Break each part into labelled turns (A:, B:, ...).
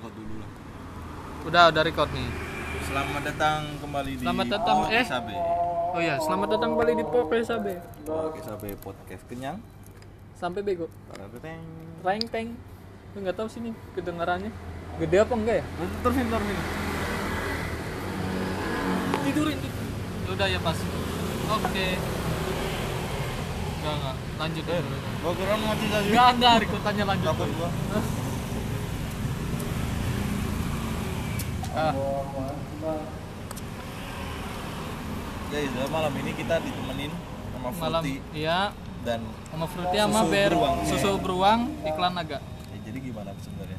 A: Kok dulu lah.
B: Udah, udah record nih.
A: Selamat datang kembali di
B: Selamat datang, eh.
A: SAB.
B: Oh iya, selamat datang kembali di Popes Abe.
A: Oke, SAB podcast kenyang.
B: Sampai bego.
A: Para teteng.
B: Reng teng. Lu nggak tahu sini kedengarannya. Gede apa enggak ya?
A: Terus terus.
B: Tidurin tuh. Udah ya pas. Oke. Enggak enggak. Lanjut ya.
A: Gua kira mau cerita juga.
B: Enggak enggak, rekotannya lanjut.
A: Takut gua.
B: Ah,
A: Ya, ya, malam ini kita ditemenin sama
B: malam
A: Futi
B: iya
A: dan
B: sama Fruity sama
A: Susu
B: Ber
A: beruang.
B: susu beruang iklan naga
A: ya, jadi gimana sebenarnya?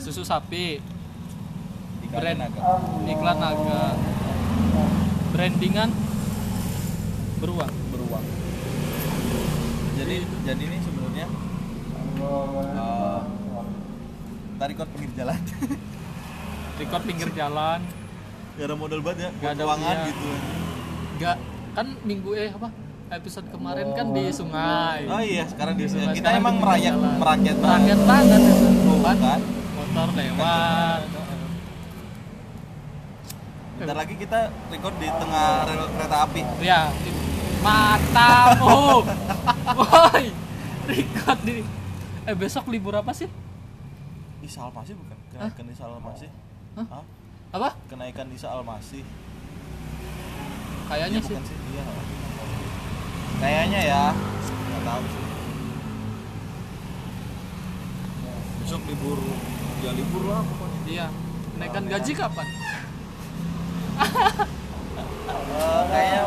B: susu sapi
A: Ikan
B: Brand.
A: naga.
B: iklan naga brandingan beruang
A: beruang. Jadi jadi ini sebenarnya eh, tarik kot pinggir jalan.
B: record pinggir jalan
A: Gak ada modal banget ya,
B: Gak
A: buat
B: ada,
A: ruangan
B: iya.
A: gitu.
B: Enggak, kan minggu eh apa? Episode kemarin kan di sungai.
A: Oh iya, sekarang di
B: Sungai
A: kita
B: sekarang
A: emang
B: di
A: merakyat
B: jalan.
A: merakyat banget.
B: Merakyat banget itu.
A: Tuh,
B: Ban,
A: kan?
B: motor lewat.
A: Bentar lagi kita record di tengah rel kereta api.
B: Ya, di- matamu. Woi, record di Eh besok libur apa sih?
A: Isa Almasih bukan? Kenaikan Isa Almasih.
B: Hah?
A: Hah?
B: Apa?
A: Kenaikan Isa Almasih.
B: Kayaknya
A: Iya,
B: sih.
A: bukan sih, iya. Kayaknya ya. Enggak tahu sih. Besok libur. Ya libur lah pokoknya.
B: Iya. Naikkan gaji kapan?
A: Eh, kayaknya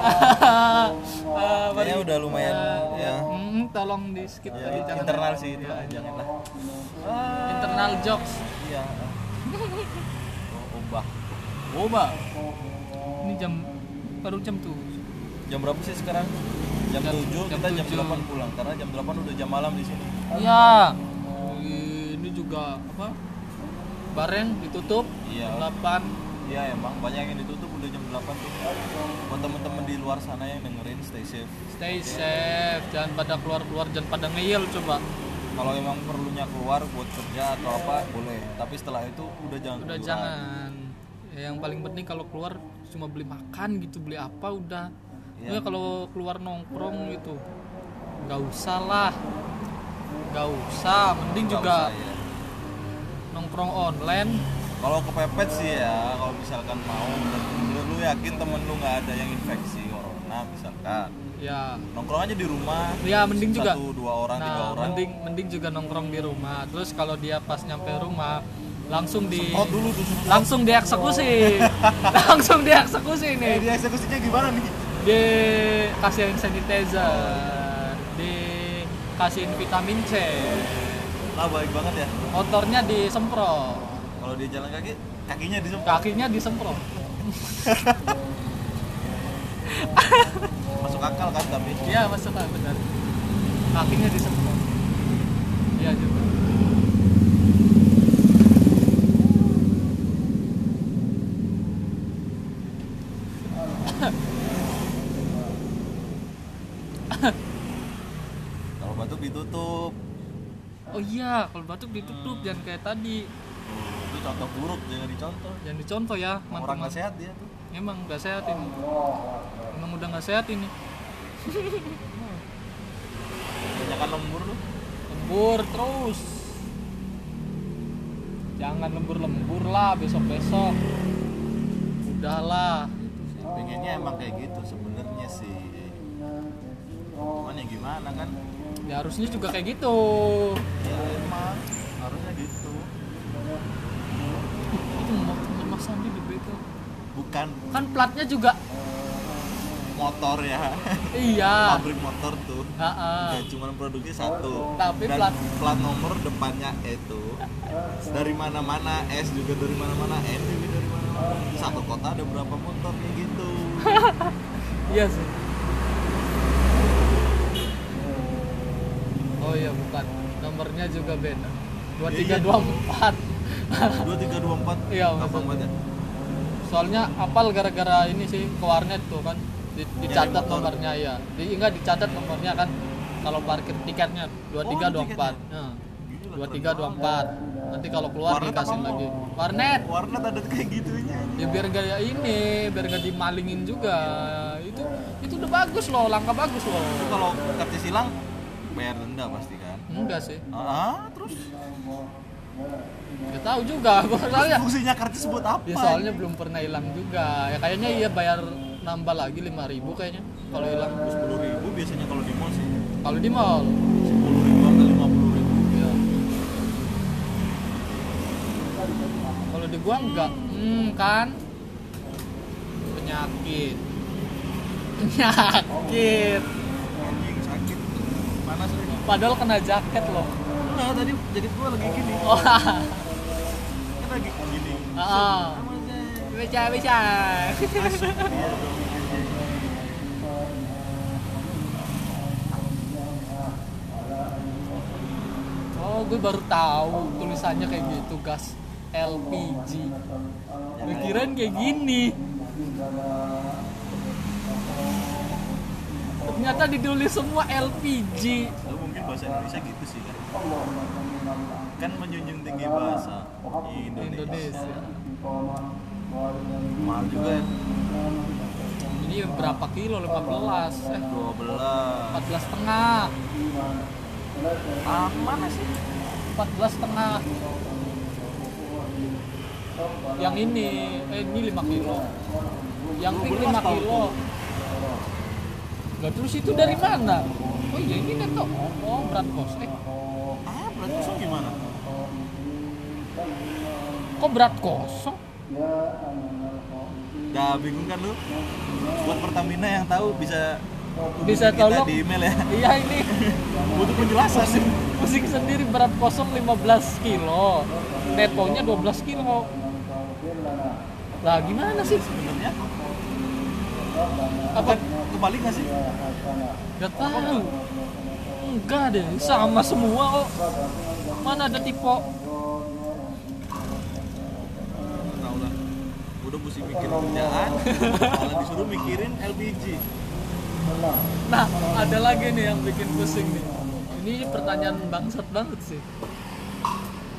B: Eh,
A: kayaknya udah lumayan ya.
B: hmm, tolong di skip
A: Ya,
B: lagi jangan Iya.
A: internal sih itu lah, janganlah.
B: internal jokes.
A: Iya. Oh, obah.
B: Boba. Ini jam baru jam tuh.
A: Jam berapa sih sekarang? Jam,
B: Jam-
A: 7,
B: jam
A: kita jam
B: 7.
A: 8 pulang karena jam 8 udah jam malam di sini.
B: Iya. Ini juga apa? Bareng ditutup.
A: Iya.
B: 8.
A: Iya emang banyak yang ditutup udah jam 8 tuh. Buat temen-temen di luar sana yang dengerin stay safe.
B: Stay safe, jangan pada keluar-keluar, jangan pada ngeyel coba.
A: Kalau emang perlunya keluar buat kerja atau apa boleh, tapi setelah itu udah jangan
B: Udah
A: keluar.
B: jangan. Ya, yang paling penting kalau keluar cuma beli makan gitu, beli apa udah. Ya
A: Iya.
B: kalau keluar nongkrong gitu nggak usah lah. Nggak usah, mending
A: Nggak
B: juga
A: usah, ya.
B: nongkrong online.
A: Kalau kepepet sih ya, kalau misalkan mau dan bener lu yakin temen lu nggak ada yang infeksi corona misalkan.
B: Ya,
A: Nongkrong aja di rumah.
B: ya mending juga
A: Satu dua orang, tiga
B: Nah,
A: orang.
B: mending mending juga nongkrong di rumah. Terus kalau dia pas nyampe rumah langsung di
A: Oh dulu tuh semprot.
B: langsung dieksekusi. langsung dieksekusi
A: Eh,
B: nih.
A: dia eksekusinya gimana nih?
B: Di kasihin sanitizer, di kasihin vitamin C.
A: Lah baik banget ya.
B: Motornya disemprot,
A: Kalau dia jalan kaki, kakinya disemprot.
B: kakinya disemprot.
A: Masuk akal kan tapi.
B: Iya, masuk akal, benar. Kakinya disemprot. Iya juga.
A: Kalau batuk ditutup.
B: Oh iya, kalau batuk ditutup jangan kayak tadi.
A: Itu contoh buruk jangan dicontoh.
B: Jangan dicontoh ya,
A: Orang
B: teman-teman.
A: nggak sehat dia tuh.
B: Emang nggak sehat ini. Emang udah nggak sehat ini.
A: Kebanyakan lembur lu.
B: Lembur terus. Jangan lembur-lembur lah besok-besok. Udahlah.
A: Pengennya emang kayak gitu sebenarnya sih. Cuman ya gimana kan?
B: Ya harusnya juga kayak gitu.
A: Ya emang harusnya gitu.
B: Itu motor Mas Sandi di bengkel.
A: Bukan
B: Kan platnya juga
A: motor ya.
B: iya.
A: Pabrik motor tuh.
B: Ha-ha.
A: Ya, cuman produksi satu.
B: Tapi
A: Dan
B: plat-
A: nomor depannya itu dari mana-mana S juga dari mana-mana N juga dari mana-mana. Satu kota ada berapa motor kayak gitu.
B: Iya sih. Oh iya bukan. Nomornya juga beda.
A: Iya, iya.
B: 2324.
A: Dua tiga dua empat.
B: Iya, maksud-
A: gampang banget. ya.
B: soalnya apal gara-gara
A: Iya,
B: ini sih ke warnet tuh kan Di- dicatat
A: motor.
B: nomornya ya Di- enggak dicatat nomornya kan kalau parkir tiketnya 23
A: Oh, ada
B: 24.
A: tiketnya?
B: Heeh.
A: Gila,
B: 23
A: keren
B: 24. Nanti kalau keluar
A: Warnet
B: dikasih
A: apa
B: lagi.
A: mall?
B: Warnet.
A: banget. warnet ada kayak gitunya
B: Ya biar gak ya ini, biar gak dimalingin juga. Itu itu udah bagus loh, langkah bagus loh.
A: itu kalau kartu silang bayar denda pasti kan
B: Enggak sih.
A: ah terus
B: Gak tahu juga gua soalnya.
A: fungsinya kartis buat apa
B: Ya soalnya belum pernah hilang juga. Ya kayaknya iya bayar nambah lagi 5000 kayaknya kalau hilang.
A: sepuluh ribu biasanya kalau di mall sih
B: Kalau di mall.
A: sepuluh ribu atau lima puluh ribu
B: Ya. Kalau di gua enggak. Hmm, kan penyakit. Penyakit.
A: anjing sakit panas lagi
B: Padahal kena jaket loh.
A: nah tadi jadi gua lagi gini
B: Oh.
A: kan lagi gini
B: Heeh.
A: Sama aja.
B: Bisa, bisa. Oh, gue baru tahu tulisannya kayak gitu, gas LPG. Gue kirain kayak gini. Ternyata ditulis semua LPG.
A: Lo mungkin bahasa Indonesia gitu sih kan kan menjunjung tinggi bahasa Indonesia,
B: Indonesia.
A: mahal juga ya
B: Ini berapa kilo? 15. Eh,
A: 12
B: 14 setengah.
A: ah mana sih
B: 14 setengah yang ini eh, ini 5 kilo yang pink 5 kilo Lah terus itu dari mana? Oh iya ini kan tuh. Oh berat kos. Eh
A: ah berarti kosong gimana
B: kok berat kosong?
A: dah bingung kan lu buat Pertamina yang tahu bisa hubungi
B: Bisa
A: kita
B: tolong.
A: di email ya
B: Iya ini
A: butuh penjelasan sih
B: pusing sendiri berat kosong 15 kilo. Netonya 12 kilo. Lah gimana sih?
A: sebenarnya
B: Apa?
A: kebalik nggak sih
B: Gak tahu. Enggak deh, sama semua kok. Mana ada tipe
A: Nggak tahu lah udah pusing mikirin kerjaan malah disuruh mikirin LPG
B: Nah, ada lagi nih yang bikin pusing nih. Ini pertanyaan bangsat banget sih.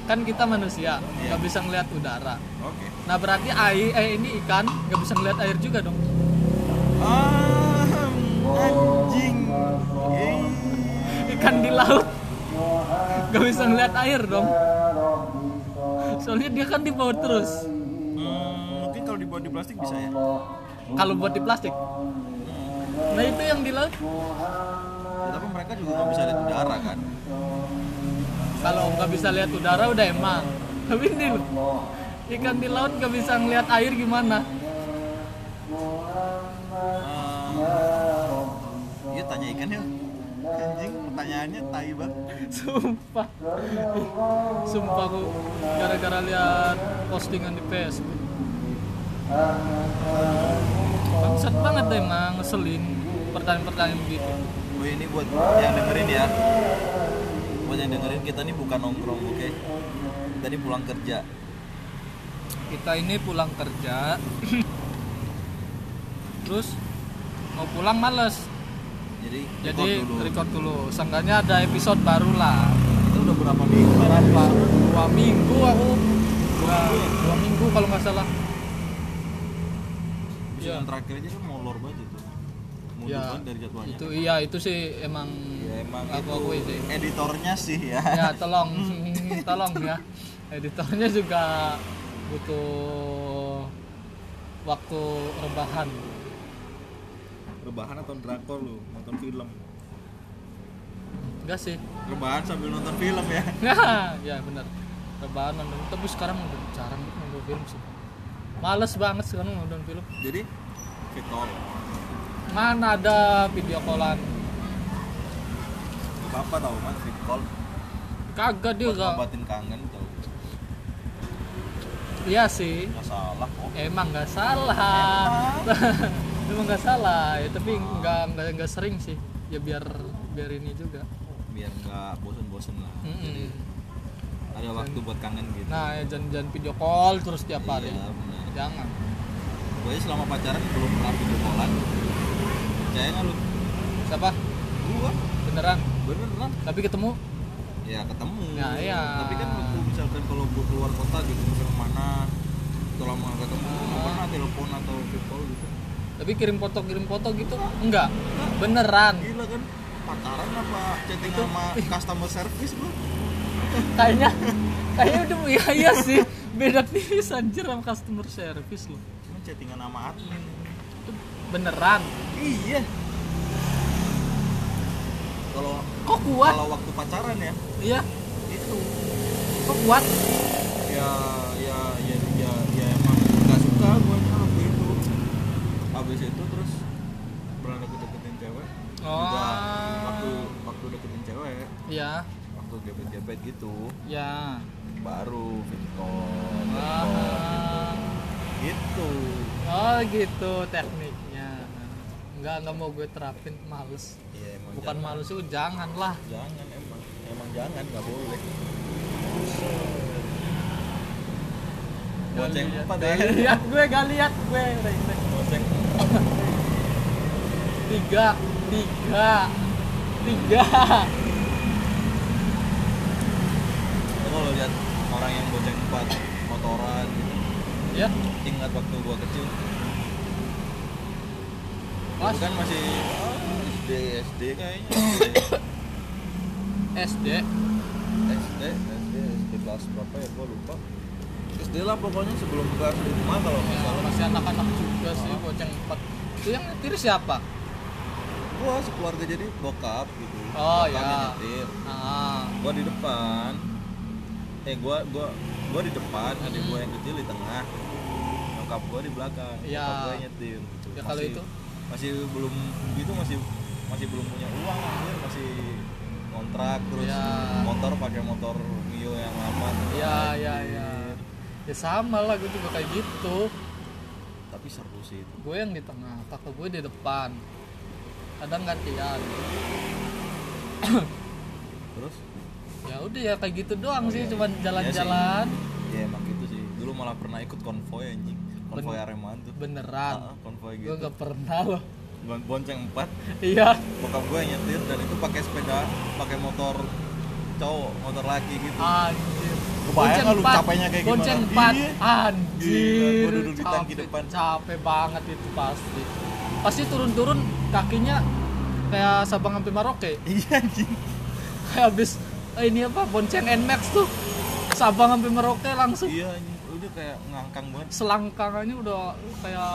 B: Kan kita manusia, nggak bisa ngelihat udara.
A: oke
B: Nah, berarti air eh ini ikan nggak bisa ngelihat air juga dong.
A: ah anjing Yeay. Eh,
B: Ikan di laut nggak bisa ngelihat air dong. Soalnya dia kan di bawah terus.
A: Hmm, mungkin kalau dibuat di plastik bisa ya
B: Kalau buat di plastik. Nah, itu yang di laut
A: Ya, tapi mereka juga nggak bisa lihat udara kan
B: kalau nggak bisa lihat udara udah emang. Tapi ini loh, ikan di laut nggak bisa ngelihat air gimana?
A: Eh, Iya tanya ikan yuk Anjing pertanyaannya tai banget
B: Sumpah. Sumpah aku gara-gara lihat postingan di Facebook. Bangsat banget emang ngeselin pertanyaan-pertanyaan begitu.
A: Gue ini buat yang dengerin ya Buat yang dengerin kita nih bukan nongkrong oke Kita nih pulang kerja
B: Kita ini pulang kerja. Terus mau pulang males.
A: Jadi, record
B: Jadi
A: dulu
B: record dulu. Seenggaknya ada episode baru lah.
A: Itu udah berapa minggu kan
B: Berapa?
A: habis?
B: Dua minggu aku. Dua, dua minggu kalau nggak salah.
A: Episode
B: Iya.
A: yang terakhir aja kan molor banget itu Mundur
B: Ya,
A: banget dari jadwalnya
B: itu iya itu sih emang
A: Ya emang
B: aku
A: itu
B: akui sih
A: editornya sih ya
B: ya tolong tolong ya editornya juga butuh waktu rebahan
A: Rebahan atau drakor lu, nonton film
B: enggak sih
A: Rebahan sambil nonton film ya
B: nah ya benar rebahan nonton tapi sekarang udah jarang nonton film sih males banget sekarang nonton film
A: Jadi, Victor
B: mana ada video callan
A: Gak apa-apa tau mas, Victor
B: kagak dia
A: buat
B: gak
A: ngobatin kangen tau
B: iya sih
A: nggak salah kok
B: Emang nggak salah. Emang nggak salah. Ya, tapi nggak nggak nggak sering sih. Ya biar biar ini juga.
A: biar nggak bosen-bosen lah
B: Mm-mm.
A: ada waktu buat kangen gitu
B: Nah, ya jangan jangan video call terus tiap hari.
A: Iya, benar.
B: Jangan.
A: gue aja selama pacaran belum pernah video callan percaya nggak lu
B: Siapa?
A: gua
B: Beneran?
A: beneran
B: tapi ketemu
A: ya ketemu
B: Ya, iya.
A: tapi kan waktu misalkan kalau gue keluar kota gitu ke mana itu lama nggak ketemu nggak pernah telepon atau video call gitu
B: tapi kirim foto kirim foto gitu enggak beneran
A: gila kan pacaran apa chatting sama customer service bro
B: kayaknya kayaknya udah iya iya sih beda tipis anjir sama customer service loh
A: cuma chattingan sama admin
B: itu beneran
A: iya kalau
B: kok kuat
A: kalau waktu pacaran ya
B: iya
A: itu
B: kok kuat
A: ya ya ya ya, ya emang nggak suka gue waktu itu habis itu terus pernah deket deketin cewek juga waktu
B: oh
A: waktu deketin cewek
B: ya
A: waktu gebet gebet gitu
B: ya
A: baru video call,
B: Ah.
A: gitu
B: oh gitu tekniknya enggak enggak mau gue terapin males
A: ya emang
B: bukan
A: jangan,
B: males itu jangan lah
A: jangan emang emang jangan nggak boleh Boceng empat ya
B: Gak lihat gue gak lihat gue Reng-reng.
A: Boceng
B: tiga tiga tiga
A: Lo kalau lihat orang yang boceng empat motoran gitu
B: ya
A: ingat waktu gua kecil
B: Mas.
A: Mas. kan masih ah, SD SD kayaknya SD
B: SD
A: SD SD SD kelas berapa ya gua lupa SD lah pokoknya sebelum kelas lima kalau nggak
B: Ya,
A: salah
B: masih anak-anak juga
A: Oh.
B: sih boceng empat itu yang nyetir siapa
A: gua sekeluarga jadi bokap gitu
B: Oh,
A: Bokapnya
B: ya.
A: nyetir.
B: ah
A: gua di depan eh gua gua gua di depan
B: Hmm.
A: adik gua yang kecil di tengah nyokap gua di belakang
B: Ya.
A: nyokap gua nyetir gitu.
B: Ya, kalau itu?
A: masih belum itu masih masih belum punya uang anjir masih kontrak terus
B: Ya.
A: motor pakai motor mio yang lama
B: ya ya ya ya sama lah gue juga kayak gitu
A: tapi seru sih itu
B: gue yang di tengah kakak gue di depan kadang gantian
A: terus
B: ya udah ya kayak gitu doang
A: Oh,
B: sih
A: iya.
B: cuman jalan-jalan
A: ya emang gitu sih dulu malah pernah ikut konvoy anjing konvoy aremaan tuh
B: beneran
A: Ah, ah, konvoy
B: gue
A: gitu
B: gak pernah loh
A: Bon- bonceng empat
B: iya
A: bokap gue yang nyetir dan itu pakai sepeda pakai motor cowok motor laki gitu
B: Ah. anjir
A: Kebayang nggak lu capeknya kayak gimana?
B: bonceng empat
A: Iya.
B: anjir
A: Gila, gua duduk di tangki
B: capek-
A: depan.
B: capek banget itu pasti pasti turun-turun kakinya kayak Sabang sampai Merauke
A: iya anjing
B: kayak habis eh, ini apa bonceng Nmax tuh Sabang sampai Merauke langsung
A: iya anjing udah kayak ngangkang banget
B: selangkangannya udah kayak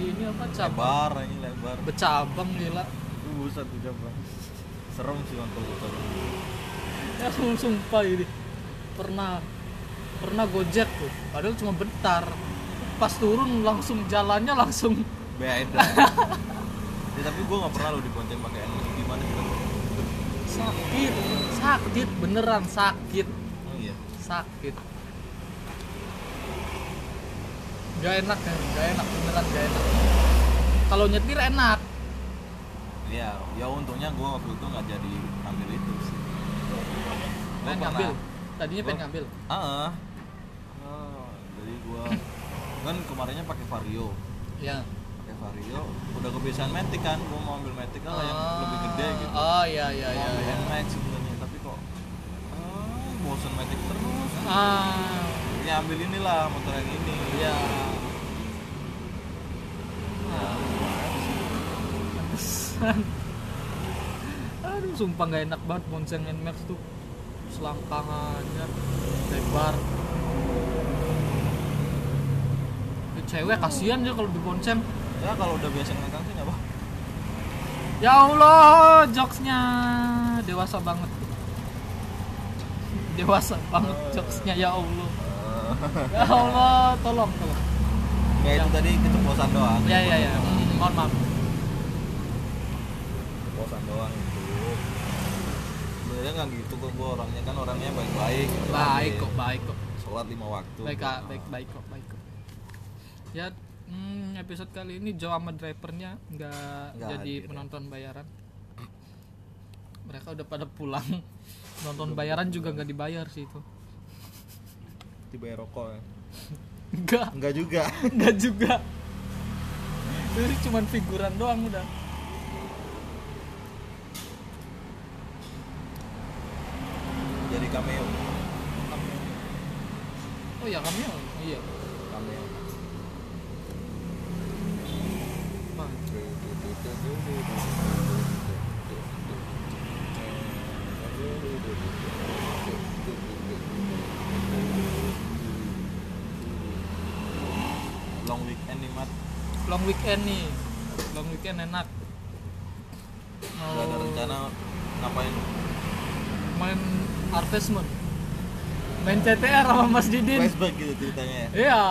B: ini apa cabang
A: lebar anjing lebar
B: becabang gila
A: uh, buset tuh jam Bang. serem sih mantul motor
B: ya sumpah ini pernah pernah gojek tuh padahal cuma bentar pas turun langsung jalannya langsung
A: beda ya, tapi gue gak pernah lo dibonceng pakai anjing gimana sih Bang?
B: sakit sakit beneran sakit
A: oh iya
B: sakit gak enak ya gak enak beneran gak enak kalau nyetir enak
A: Iya, ya untungnya gue waktu itu nggak jadi ambil itu sih. Gua
B: pengen ngambil tadinya pengen
A: Gua-
B: ngambil
A: Ah, ah. Ah, jadi gue kan kemarinnya pakai Vario,
B: ya
A: pakai Vario. Udah kebiasaan Matic kan, gue mau ambil Matic lah yang lebih gede gitu.
B: Ah, oh iya iya
A: mau
B: iya
A: ambil
B: iya.
A: yang Max sebenarnya, tapi kok ah, bosen Matic terus.
B: ah
A: Akhirnya ambil inilah motor yang ini.
B: iya
A: Nah,
B: Pantesan. Aduh, sumpah nggak enak banget bonceng Nmax tuh selangkangannya lebar. Itu cewek kasihan dia kalau dibonceng.
A: ya kalau udah biasa ngangkang sih nggak apa.
B: Ya Allah, jokesnya dewasa banget. Dewasa banget jokesnya ya Allah. Ya Allah, tolong tolong.
A: Ya itu
B: Yang-
A: tadi itu bosan doang.
B: Ya ya ya, Hmm, mohon maaf.
A: bosan doang itu sebenarnya nggak gitu kok gue orangnya kan orangnya baik-baik gitu
B: Baik
A: Amin.
B: kok, baik kok.
A: sholat lima waktu
B: baik
A: Nah,
B: Kak. baik baik kok baik kok ya hmm, episode kali ini Joe sama drivernya nggak
A: Nggak
B: jadi
A: hadir ya.
B: penonton bayaran mereka udah pada pulang nonton bayaran juga nggak dibayar sih itu
A: dibayar rokok ya
B: nggak
A: enggak juga
B: nggak juga itu cuman figuran doang udah
A: cameo
B: oh ya cameo iya
A: cameo
B: Wah,
A: long weekend nih mat
B: long weekend nih long weekend enak mau
A: udah ada rencana ngapain
B: main advertisement main CTR sama Mas Didin
A: flashback gitu ceritanya ya
B: iya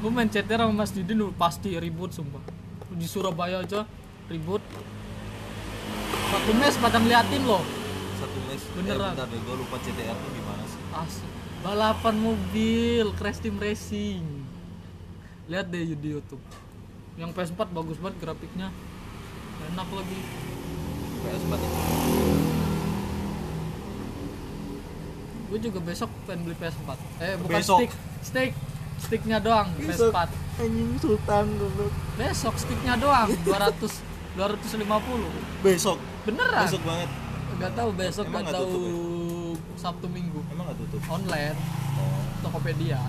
B: gue main CTR sama Mas Didin udah pasti ribut sumpah di Surabaya aja ribut satu mes pada ngeliatin loh
A: satu mes
B: Beneran.
A: eh, bentar deh gue lupa CTR tuh gimana sih
B: As balapan mobil crash team racing lihat deh di YouTube yang PS4 bagus banget grafiknya enak lagi
A: PS banget
B: gue juga besok pengen beli PS4 eh bukan
A: Besok.
B: stick stick sticknya doang PS4
A: anjing sultan goblok
B: besok sticknya doang 200 250
A: besok
B: beneran
A: besok banget
B: nggak tahu besok
A: Emang
B: nggak
A: nggak
B: tahu
A: tutup ya?
B: Sabtu Minggu
A: emang nggak tutup
B: online
A: oh.
B: Tokopedia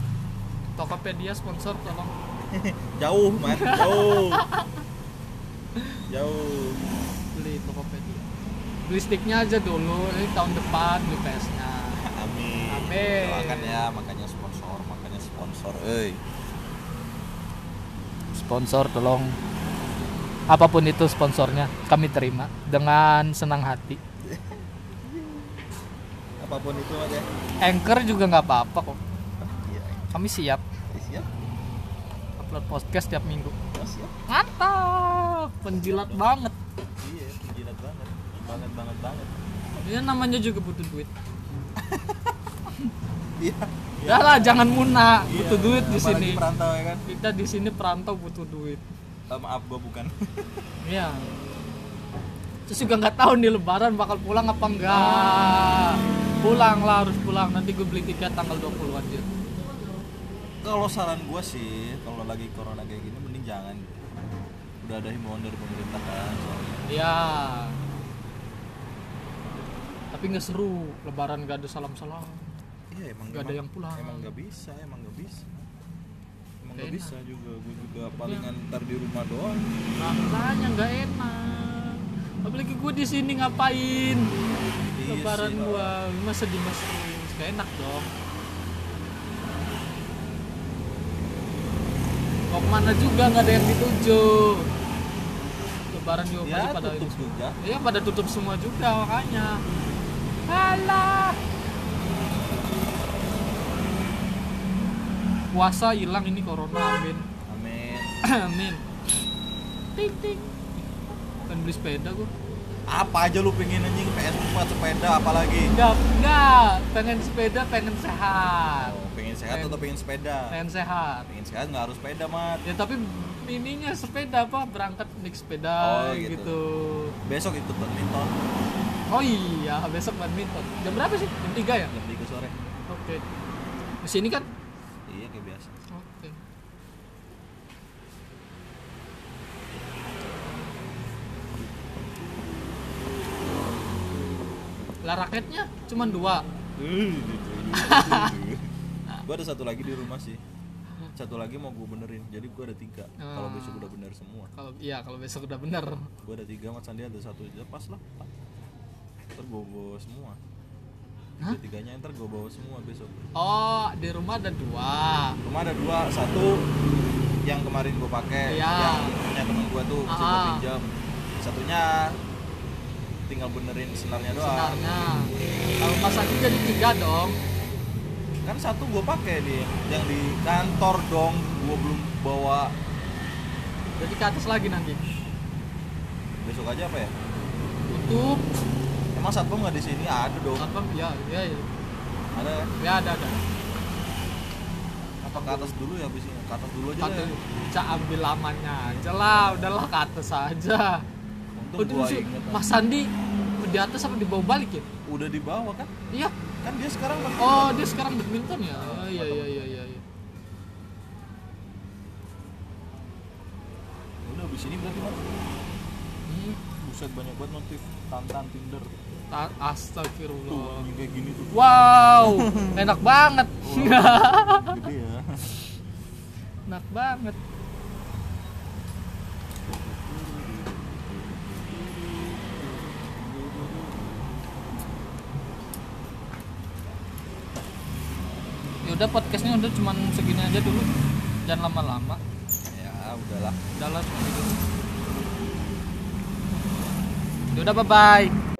B: Tokopedia sponsor tolong
A: jauh mat jauh jauh
B: beli Tokopedia beli sticknya aja dulu ini tahun depan beli PS-nya
A: amin
B: Amin.
A: doakan ya makanya sponsor makanya sponsor eh
B: sponsor tolong apapun itu sponsornya kami terima dengan senang hati
A: apapun itu ya. aja
B: anchor juga nggak apa-apa kok
A: iya
B: kami siap
A: siap
B: upload podcast tiap minggu
A: ya, siap
B: mantap penjilat banget
A: iya jilat banget banget banget banget
B: ini namanya juga butuh duit
A: iya
B: ya lah jangan muna
A: Iya.
B: butuh duit di
A: Apalagi
B: sini
A: perantau ya kan
B: kita di sini perantau butuh duit
A: Eh, maaf gua bukan
B: Iya. Terus juga nggak tahu nih lebaran bakal pulang apa enggak. Pulang lah harus pulang. Nanti gue beli tiket tanggal 20 aja.
A: kalau saran gua sih kalau lagi corona kayak gini mending jangan udah ada himbauan dari pemerintah kan soalnya
B: Iya. Tapi nggak seru. Lebaran nggak ada salam-salam.
A: iya emang
B: Nggak ada
A: emang-
B: yang pulang.
A: emang nggak bisa emang nggak bisa emang nggak
B: Enak.
A: bisa juga gue juga palingan ntar di rumah doang
B: Nah, Makanya nggak enak. Apalagi gue di sini ngapain?
A: Iya
B: Lebaran
A: sih,
B: gua masa di masjid nggak enak dong. Mau kemana juga nggak ada yang dituju. Lebaran juga
A: ya
B: pasti pada
A: tutup juga
B: Iya pada tutup semua juga makanya. Alah. Puasa hilang ini corona amin.
A: amin
B: amin. Ting ting. Kan beli sepeda gua.
A: apa aja lu pengen anjing PS4 sepeda apalagi
B: Enggak, enggak. Pengen sepeda, pengen sehat.
A: oh, pengen sehat atau pengen sepeda
B: Pengen sehat.
A: pengen sehat nggak harus sepeda mat
B: Ya tapi ininya sepeda apa berangkat naik sepeda
A: Oh, gitu.
B: gitu.
A: besok ikut badminton
B: Oh iya, besok badminton. Jam berapa sih? Jam 3 ya?
A: jam 3 sore
B: Oke. Di sini kan?
A: iya kayak biasa
B: Oke. Lah raketnya cuma dua.
A: gue ada satu lagi di rumah sih satu lagi mau gue benerin jadi gue ada tiga kalau
B: Ah.
A: besok udah bener semua
B: Kalau iya, kalau besok udah bener.
A: gue ada tiga mas Sandi ada satu aja pas lah ntar gue bawa semua
B: Hah?
A: Tiga tiganya ntar gue bawa semua besok
B: Oh, di rumah ada dua.
A: rumah ada dua satu yang kemarin gue pakai
B: Iya.
A: yang punya temen gue tuh bisa gue
B: Ah.
A: pinjam satunya tinggal benerin senarnya doang
B: Senarnya. Kalau pas aku jadi tiga dong.
A: kan satu gue pakai di yang di kantor dong gue belum bawa
B: Jadi ke atas lagi nanti.
A: besok aja apa ya
B: Tutup.
A: emang satu nggak di sini ada dong
B: Apa? Ya, ya, ya.
A: ada ya?
B: Ya, ada ada.
A: apa ke atas dulu ya habis ini ke atas dulu aja
B: Kata
A: deh
B: Cak ambil lamanya aja lah, udahlah ke atas aja.
A: untung
B: Untung
A: gue
B: sih,
A: inget
B: Oh, Mas Sandi di atas apa di bawah balik ya?
A: udah dibawa kan
B: Iya.
A: kan dia sekarang kan
B: Oh, dia sekarang badminton ya? Oh, iya iya iya iya. iya.
A: Ya udah habis ini berarti Mas.
B: Hmm.
A: Buset, buset banyak banget notif tantan tinder
B: Ta-
A: tuh
B: Astagfirullah.
A: anjing kayak gini tuh
B: Wow, enak banget.
A: Wah, gede ya
B: enak banget. Ya udah podcastnya udah cuman segini aja dulu. Jangan lama-lama.
A: ya udahlah
B: Udah lah, gitu. Ya udah bye bye.